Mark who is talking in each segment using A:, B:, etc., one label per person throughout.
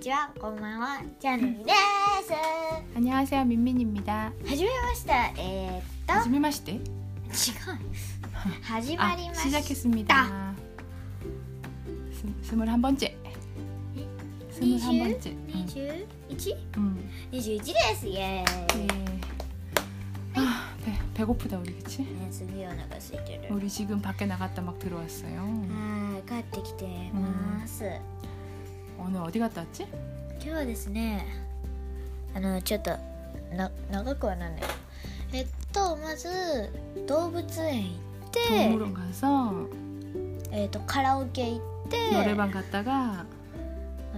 A: ちは、こんばんは、チャンネルです。
B: 안녕하세요 민민입니다.
A: 始めました。えー、っ
B: 하지메 마시대.
A: と、違う。始ま
B: 아
A: りました。
B: 시작했습니다. 스물한 번째. 스물한
A: 이슈?
B: 번째.
A: 二十一、
B: 음.
A: 二十一です。イエーイ。
B: 예. 아 배, 배고프다 우리 그치?
A: ね、すげえお腹空いてる。
B: 우리 지금 밖에 나갔다 막 들어왔어요.
A: はい、帰ってきてます。
B: 오늘 어디 갔다 왔지?
A: 今日はですねあのちょっとな長くはなんだよえっとまず動物園行って、
B: 동물원 가서
A: えっと、カラオケ行ってあ
B: 노래방 갔다가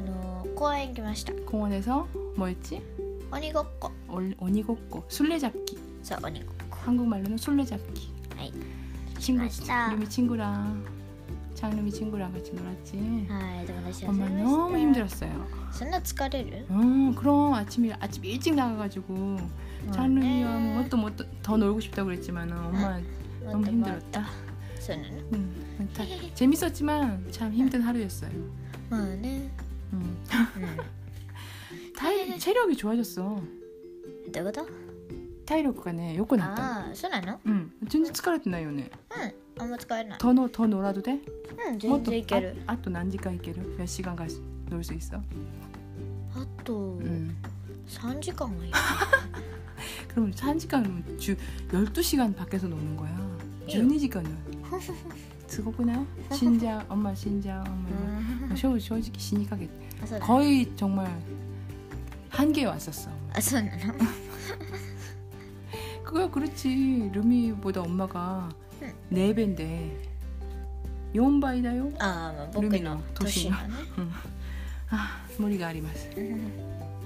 A: の公園行きました
B: 공원에서 뭐였지?
A: 鬼ごっこ
B: 올- 오니고꼬 술래잡기.
A: そう鬼ごっこ
B: 한국말로는 술래잡기.
A: 아이,
B: 친구
A: 맛있다.
B: 루미 친구랑 장루미 친구랑 같이 놀았지.
A: はい友達と遊び
B: 엄마
A: ました
B: 너무 힘들었어요.
A: そんな疲れる
B: 음, 그럼 아침 일 아침 일찍 나가가지고
A: もう
B: 장르미와
A: ね
B: 뭐또 뭐 더 놀고 싶다 그랬지만
A: も
B: 엄마
A: っと
B: 너무
A: もっ
B: 힘들었다.
A: とそうなの
B: 음, 다- 재밌었지만 참 힘든 하루였어요.
A: まあね
B: 음,
A: う
B: 体체력이 좋아졌어.
A: んどういうこと
B: 体力がね 욕고 났다.
A: ああそうなの
B: 음, 진짜 疲れてないよね.
A: うんあんま疲れない
B: 더 놀, 더 놀아도 돼?
A: うん全然いける
B: 아, 또난 시간 있게 몇 시간 갈놀 수 있어?
A: あと
B: 음.
A: 3時間はいい
B: 그럼 1시간 주 12시간 밖에서 노는 거야.
A: 예.
B: 12시간이야. すごくない? 신장 엄마 신장 엄마
A: う
B: 이거.
A: ん
B: 아, 저- 솔직히 신이하게
A: あそうだ
B: 거의 정말 한계에 왔었어.
A: あそうなの
B: 그거야 그렇지. 루미보다 엄마가
A: 응.
B: 네 배인데 용바이다요.
A: ああまあ僕
B: ルミ
A: の
B: の
A: 年
B: 年
A: の
B: が
A: ね
B: 아, 머리가 아리마스.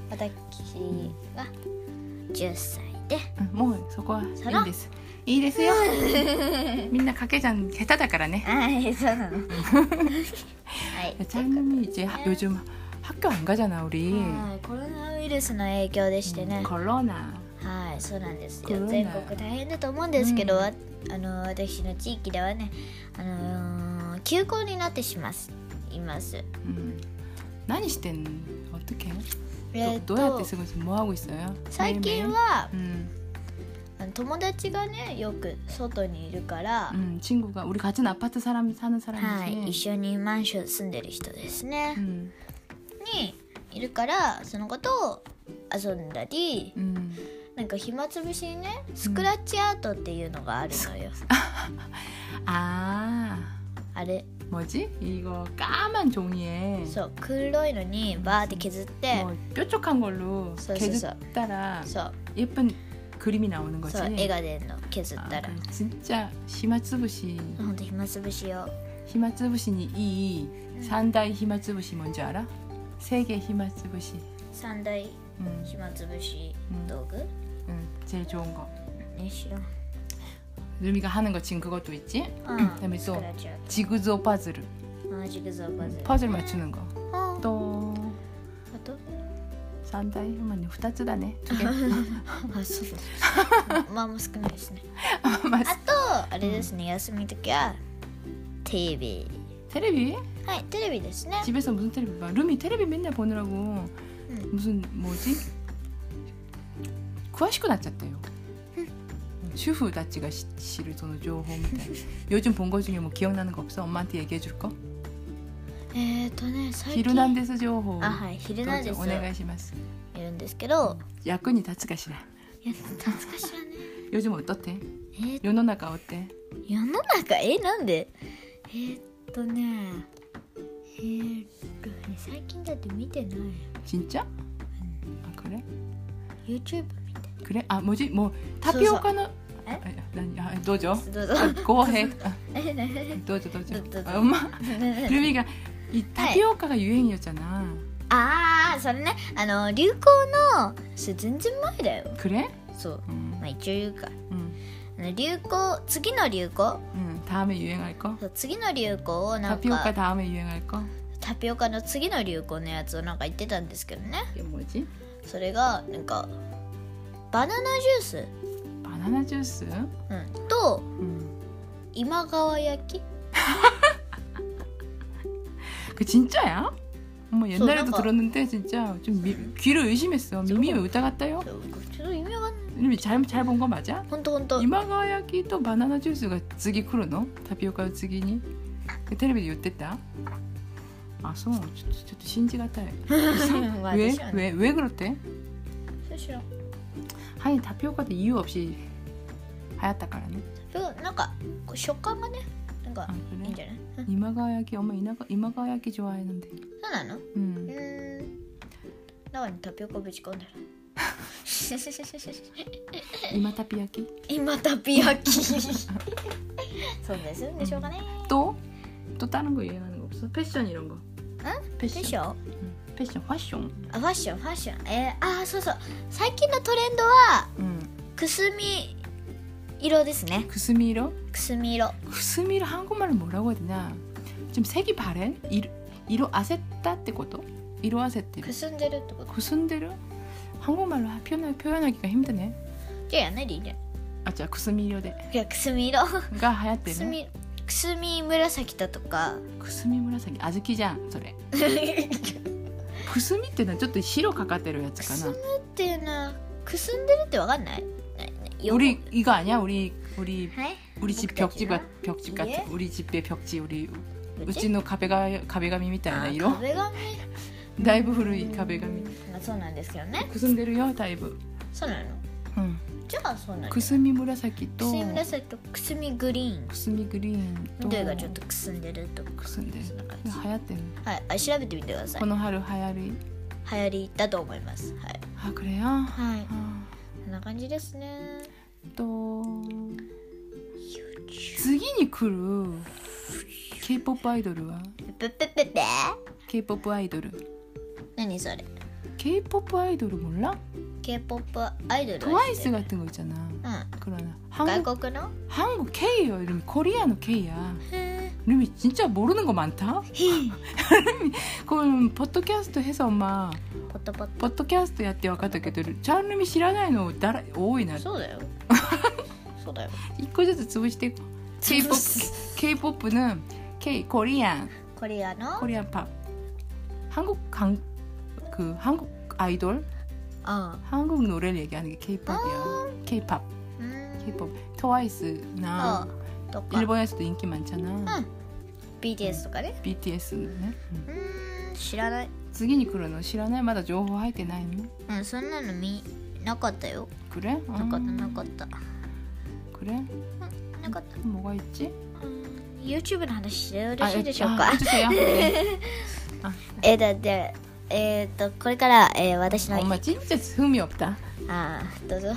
A: 私は10歳で
B: 응, 뭐 저거 이
A: 잘하?
B: 데스 이데스요. 민나 가게장 개타다가라네.
A: はいそうなの はい
B: 짱이 이제 하- 요즘 학교 안 가잖아 우리. 음,
A: はいコロナウイルスの影響でしてね
B: 걸러나.
A: はいそうなんです
B: コロ
A: よ
B: ナ
A: 全国大変だと思うんですけど、
B: うん
A: わあの私の地域ではねあのー休校になってしますいます
B: 何してんの어떻게
A: えーっ
B: 도, どうやっ
A: と
B: て過ごす뭐 하고 있어요?
A: 最近
B: 매일매일?
A: は
B: 음,
A: あの友達がねよく外にいるから、
B: 음, 친구가 우리 같은 아파트 사람 사는
A: は
B: 사람이지.
A: い、一緒にマンション住んでる人ですね、
B: 음,
A: にいるからそのことを遊んだり
B: 음.
A: なんか暇つぶしにねスクラッチアートっていうのがあるのよ、
B: 아
A: あれ
B: 뭐지? 이거 까만 종이에
A: そう黒いのにバーって削って
B: 뭐 뾰족한 걸로
A: 써, 써, 써.
B: 개그따라
A: そう
B: 예쁜 그림이 나오는 거지.
A: そう絵が出るの削ったら
B: 아, 진짜 히마츠부시
A: ほんと暇つぶしよ
B: 히마츠부시니 이 산다이 히마츠부시 뭔지 알아? 세계 히마츠부시.
A: 三大
B: 음.
A: 暇つぶし道具、
B: 응, 제일 좋은 거.
A: ね知らん
B: 루미가 하는 거 지금 그것도 있지?
A: あ
B: でもそう
A: スクラッチアー
B: 지그조 파즐.
A: トあジグザグパズル
B: 퍼즐 맞추는 거.
A: あ
B: 또
A: あ と
B: 산다이 휴먼이 2つだね. 두 개.
A: あそうそうそうまあもう少ないですね
B: 맞-
A: あとあれですね、休みの時は TV
B: 테레비?
A: はいテレビですね
B: 집에서 무슨 테레비 봐. 루미 테레비 맨날 보느라고
A: 응.
B: 무슨 뭐지? 구하시고 났었대요. 슈후 다치가 시를 도는 조홈이다. 요즘 본 거 중에 뭐 기억나는 거 없어? 엄마한테 얘기해 줄 거?
A: えっ、ー、とね最近
B: 히루난데스 조홈.
A: あはい「ヒルナンデス」をい
B: 오네가시마스.
A: るんですけど
B: 약근이 다츠가시라.
A: いや懐かしいよね
B: 요즘 어떻대?
A: えー、
B: 요노나가 어때?
A: 世の中えなんでえー、っとねえー、っとね最近だって見てない
B: 진짜? 아 그래?
A: YouTube
B: 그래? 아 뭐지? 뭐 타피오카는
A: 에?
B: 아니 아니 도죠.
A: どうぞ
B: 고해.
A: えなに
B: 도죠 도죠.
A: 도- 도죠.
B: 아, 엄마
A: 네.
B: 루미가 이 타피오카가 유행이었잖아.
A: ああそれねあの流行のそれ全然前だよ
B: 그래?
A: そう
B: 음,
A: まあ一応言うか
B: 음,
A: あの流行次の流行
B: 음. 다음에 유행할 거?
A: そう次の流行をなんか
B: 타피오카 다음에 유행할 거?
A: タピオカの次の流行のやつをなんか言ってたんですけどね
B: 이게 뭐지?
A: それがなんかバナナジュース、
B: 바나나 주스.
A: うん、と
B: 음.
A: 今川焼き
B: 그 진짜야? 엄마 옛날에도
A: 나가.
B: 들었는데 진짜 좀 미- 귀를 의심했어. 미미 왜疑ったよ?
A: ちょっと意味わかんない
B: 미미 잘잘 본 거 맞아?
A: ほんとほんと
B: 이마가야키 또 바나나 주스가 즈기 쿠르노? 타피오카 즈기니? 그 텔레비에 요때다. 아, 소, 저도 신지 같아.
A: まあ
B: 왜?
A: 私はね
B: 왜? 왜 그렇대?
A: そうしろ
B: 하긴 타피오카도 이유 없이 하였다からね.
A: うんなんかこう食感がねなんか
B: 아,
A: いいん
B: 그래?
A: じゃない、うん
B: 이마가야키 엄마 이나가 이마가야키 좋아했는데.
A: そうなのう
B: 음.
A: ーん中にタピオカぶち込 んだら
B: 이마 타피야키.
A: 今タピ 焼きそうでするんでしょうかね
B: 또? 또 다른 거 유행하는 거 없어? 패션 이런 거. 패션.
A: でしょ
B: 음, 패션, 패션.
A: あファッションファッションえー、あーそうそう最近のトレンドは
B: 음.
A: くすみ色ですね
B: 구스미로?
A: くすみ色
B: 구스미로 한국말로 뭐라고 해야 되냐? 좀 색이 바래? 이로 이로 아세타 때 것도? 이로 아세타.
A: くすんでるってこと
B: 구순대로 한국말로 하- 표현 표현하기가 힘드네.
A: じゃあやんないでいいんじゃない
B: 아자 구스미로데가
A: いやくすみ色くす
B: 하얗대는.
A: みくすみ紫だと か
B: 구스미 무라사기 아즈키장 소래. 구스미 때는 좀더 시로 가까대로
A: くす
B: 했잖아.
A: むっていうのはくすんでるってわかんないななよ
B: 우리 이거 아니야? 우리 우리
A: はい
B: 우리 집 벽지 같 벽지
A: 예?
B: 같은 우리 집의 벽지 아, 우리
A: う
B: う
A: ち
B: ちの壁が壁紙みたい
A: あ
B: な
A: ー
B: 色
A: 壁紙
B: だいぶ古い壁紙
A: まあそうなんですけどね
B: くすんでるよだいぶ、
A: そうなの
B: うん、
A: じゃあそうなの
B: く
A: くす
B: すみ紫と
A: み紫とくすみグリーン
B: くすみグリーンと
A: 緑がちょっとくすんでるとか
B: くすんでる
A: そんな感
B: 流
A: じ
B: 行ってる
A: はいあ調べてみてください
B: この春流行り
A: 流行りだと思いますはい
B: あこれよ
A: はい
B: あ
A: こんな感じですね
B: と次に来る k p o p アイドルは
A: ペペペペ
B: k p o p アイドル
A: 何それ
B: k p o p アイドル몰라?
A: K-POP アイドル
B: 트와이스
A: が
B: 같은 거 있잖아
A: う
B: 그러나
A: ん
B: 한국
A: 外国の
B: 한국 K예요 이름이 코리아노 K야
A: へ
B: 름이 진짜 모르는 거 많다.
A: ー
B: 그럼 포토캐스트 해서 엄마
A: ポタポ
B: 포토캐스트 야때 와가지고 름이 知らないの 나라 多いな.
A: タそう だよそうだよ
B: 1個ずつ潰して K-pop K-pop는 K 코리안
A: コリアの
B: 코리안 팝. 한국 강그 한국 아이돌
A: あ
B: 한국 노래를 얘기하는 게 K-pop이야. K-pop
A: うーん
B: K-pop
A: あ
B: 트와이스나
A: とか
B: 일본에서도 인기 많잖아.
A: 어, 응. BTS とかね
B: BTS는
A: うーん知らない
B: 次に来るの知らないまだ情報入ってないの
A: うんそんなの見なかったよ
B: 그래?
A: なかったな
B: 음.
A: かったな
B: 그래?
A: かったう
B: 뭐가 있지?
A: ーん YouTube の話してよろ
B: 아,
A: しい
B: 예,
A: でしょう
B: 아,
A: か
B: 해주세요. 네.
A: えーだってえーっとこれから、えー私の
B: 엄마 진짜 흥미 없다.
A: あーどうぞ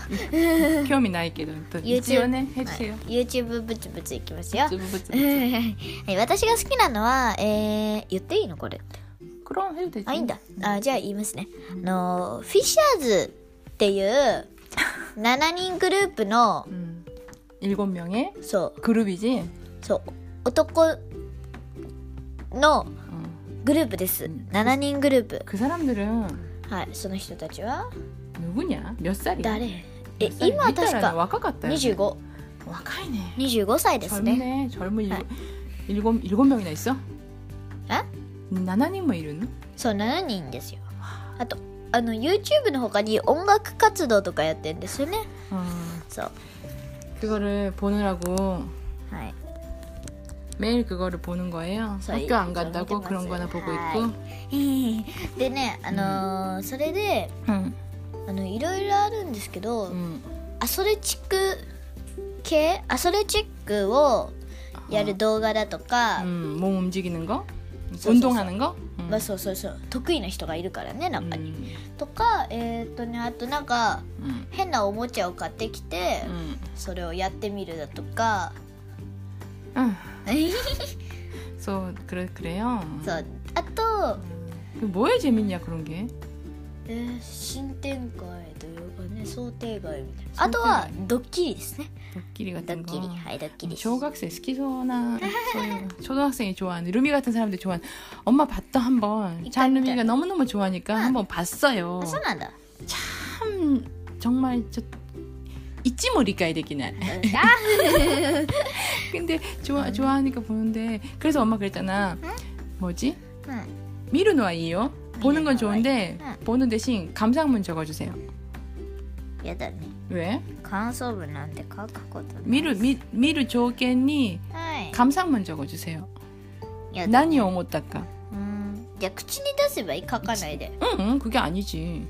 B: 혐의 나이 게도 또
A: 유튜브.
B: 지원해 해주세요.
A: はい YouTube ブツブツいきますよ
B: 부부부부.
A: はい私が好きなのは、えー言っていいのこれ
B: 그럼 해도 되지.
A: あいいんだあじゃあ言いますねあのフィッシャーズっていう7人グループの
B: 음, 일곱 명의
A: そう
B: 그룹이지.
A: そう男の
B: 음.
A: グループです
B: うん
A: 7人グループ
B: 그 사람들은
A: はいその人たちは
B: 누구냐? 몇 살이야?
A: 誰
B: 몇
A: え
B: 살이야?
A: 今は確
B: 밑에라네.
A: か
B: 와까 같다.
A: 2525
B: 와카이네.
A: 歳ですね
B: 젊네. 젊은
A: 아.
B: 일곱 일곱 일곱 명이나 있어?
A: 아?
B: 나나님뭐 이런?
A: そう7人ですよあとあの YouTube の他に音楽活動とかやってんですよね
B: 어,
A: そう
B: 그거를 보느라고
A: はい
B: 매일 그거를 보는 거예요.
A: 저희
B: 학교 안
A: 저희
B: 간다고
A: 맞아요.
B: 그런 거나 보고
A: 하이.
B: 있고.
A: でねあのーそれで
B: 응.
A: あのいろいろあるんですけど、
B: 응.
A: アスレチック系アスレチックをやる動画だとか、
B: 응. 음, 몸 움직이는 거?
A: 써,
B: 운동하는 거? 음. 응.
A: まあそうそうそう得意な人がいるからね中に、
B: 응.
A: とかえっ、とねあとなんか
B: 응.
A: 変なおもちゃを買ってきて、
B: 응.
A: それをやってみるだとか 음.
B: 응.
A: そ
B: 소 그래
A: う
B: 그래요.
A: あと、
B: 그 뭐에 재밌냐 그런 게?
A: えー新展開というかね想定外みたいなあとは
B: 想定外
A: ドッキリですね
B: 도끼리
A: ド
B: 같은
A: ッ
B: 거. 음,
A: キリはいドッキリ
B: 초등학생 스키소나 소유- 초등학생이 좋아하는 루미 같은 사람들 좋아하는 엄마 봤다 한번
A: 있다,
B: 잔루미가
A: 있다.
B: 너무너무 좋아하니까 아, 한번 봤어요
A: あそうなんだ
B: 참 정말 저 잊지 못이까이 되기는
A: うん あ
B: 음. 근데 좋아 좋아하니까 보는데 그래서 엄마 그랬잖아. 뭐지?
A: うん
B: 見るのはいいよ. 보는 건 좋은데
A: 응.
B: 보는 대신 감상문 적어주세요.
A: やだね
B: 왜?
A: 感想文なんて書くことない
B: 미루 미, 미루 조건이
A: はい
B: 감상문 적어주세요.
A: やだ
B: 난이 오못다까.
A: うんじゃあ口に出せばいい書かないで
B: 응, 응, 그게 아니지.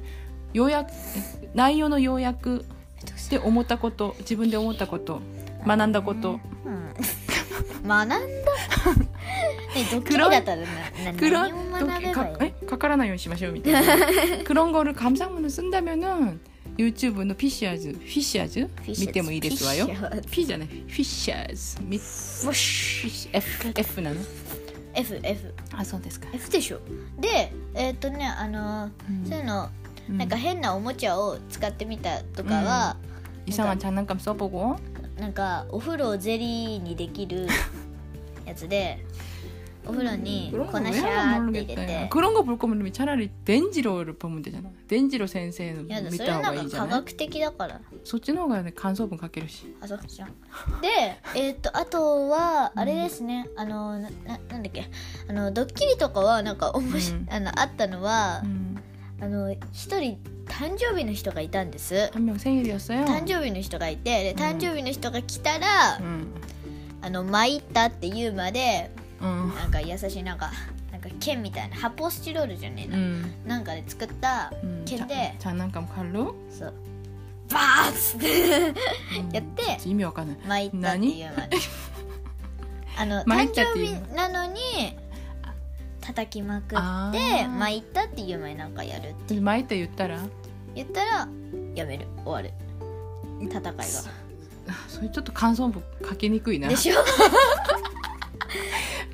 B: 요약 내용의 요약.
A: めんどくさい
B: で思ったこと自分で思ったこと学んだこと
A: うん 学 んだねドッキリだったらなな何も学べばいい
B: 가, 에? 가까라나 요시마시오 미타 그런 거를 감상문을 쓴다면은 유튜브의 피시아즈 피시아즈
A: フィッシュ
B: 밑에 뭐 이랬어요
A: フィッシュ
B: 피잖아 피시아즈 밑 피시 F F 나는
A: FF
B: 아そうですか
A: F でしょでえっ、とねあのそういうのなんか変なおもちゃを使ってみたとかは、
B: 이상한 장난감 써보고
A: なんかお風呂をゼリーにでき るやつでお風呂に
B: 그런
A: 粉
B: 거
A: シャ
B: 왜
A: ー
B: 하나
A: って入れ
B: 모르겠다
A: て
B: 그런 거 볼 거면 차라리 덴지로를 보면 되잖아 덴지로 선생을
A: やだそ
B: 믿다
A: れな
B: 하고
A: んか科
B: 이잖아
A: 学的だから
B: そっちの方が 간소분 가게로시
A: あそっちゃんでえっ、とあとはあれですね、あのなななんだっけあのドッキリとかはなんかおもし、
B: うん
A: あのあったのは、
B: 음,
A: あの一人誕生日の人がいたんです
B: 한 명 생일이었어요
A: 誕生日の人がいてで
B: ん
A: 誕生日の人が来たら、
B: 음.
A: あの参ったって言うまで
B: 음.
A: なんか優しいなんかなんか剣みたいな発泡スチロールじゃねえな、
B: 음.
A: なんかで作った
B: 음. 자-
A: 근데-
B: 장난감 칼로
A: そうバーッつって
B: 음.
A: 야, 때!
B: 이미 아까는
A: 参ったっていうまであ の
B: 参
A: 誕
B: ったって
A: 生
B: い
A: 日
B: う
A: なのに叩きまくっ
B: あ
A: て
B: ー
A: 参ったっていうまでなんかやる
B: 마이 때言ったら
A: 言ったらやめる終わる戦いが
B: 아, 소위 또 간소부 갖기 니꾸이나
A: でしょ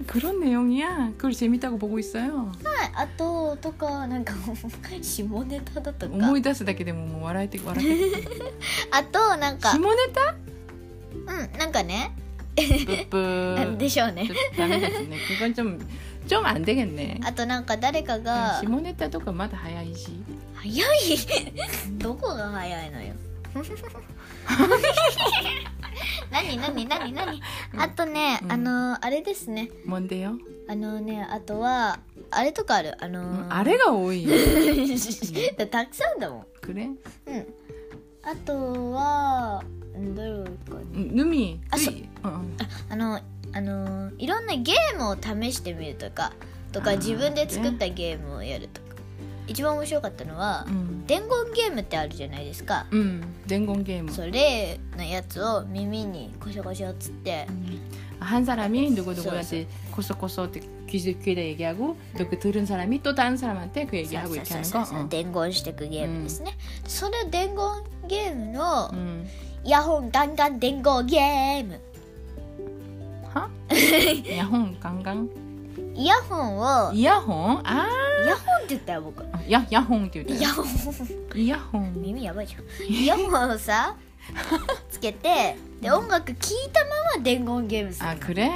B: 그런 내용이야 그걸 재밌다고 보고 있어요
A: あととかなんか 下ネタだとか
B: 思い出すだけでももう笑えて-笑えて
A: あとなんか
B: 下ネタ?
A: うんなんかね
B: 뿌뿌
A: でしょうね
B: ダメですね 그건 좀 좀 안 되겠네 네,
A: あとなんか誰かが
B: 下ネタとかまだ早いし
A: 早い どこが早いのよ 何何何何あとね、
B: うん
A: あのあれですね
B: 뭔데요 음,
A: あのねあとはあれとかあるあのー
B: 아래가 오이
A: たくさんだも
B: 그래?
A: んうんあとはうんどれかな
B: 누미
A: 아, 소-
B: 이- 음, 어, 어.
A: あのあのいろんなゲームを試してみるとかとか
B: あー
A: 自分で作ったゲームをやるとか一番面白かったのは、
B: 음.
A: 伝言ゲームってあるじゃないですか、
B: 음, 냉공 게임.
A: それのやつを耳にコショコショつって、
B: 음. 한 사람이 누구 누구한테 코소코소 그 귀 귀에다 얘기하고 또 그 들은 사람이 또 다른 사람한테 그
A: さ
B: 얘기하고
A: さ
B: 이렇게
A: さ
B: 하는
A: さ
B: 거.
A: さ
B: 어.
A: 伝言していくゲームですね、それ伝言ゲームの
B: 음.
A: イヤホンガンガン伝言ゲーム
B: 하? 야홍 강강.
A: イヤホンをイ
B: 이야홍. 아,
A: ヤホンって言ったよ僕イ
B: 야 야홍 듀.
A: ヤホン
B: 이야홍.
A: 耳やばいじゃんイヤホンをさつけてで音楽聴いたまま伝言ゲームする
B: 아 그래.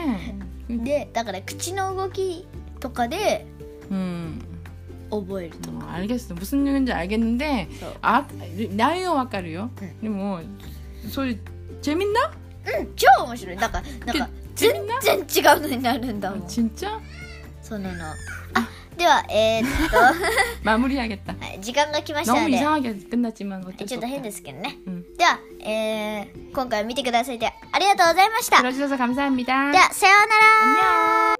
A: でだから口の動きとかで
B: 음.
A: 覚えると
B: 어, 알겠어. 무슨 얘기인지 알겠는데
A: 저.
B: 아 나요 와까요.
A: 응.
B: 근데 뭐 소리 재밌나?
A: うん超面白いだからなんか
B: 재-
A: 全
B: 재밌나?
A: 然違うのになるんだも
B: 아,
A: ん
B: 진짜?
A: そうなのあではえー、 っとは
B: 마무리하겠다.
A: い時間が来ましたの
B: 너무
A: で
B: 이상하게 끝났지만 어쩔
A: ち
B: 수
A: ょっと
B: 없다.
A: 変ですけどね
B: 응.
A: ではえー、今回見てくださいてありがとうございましたで
B: 들어주셔서 감사합니다.
A: はさようなら
B: 안녕.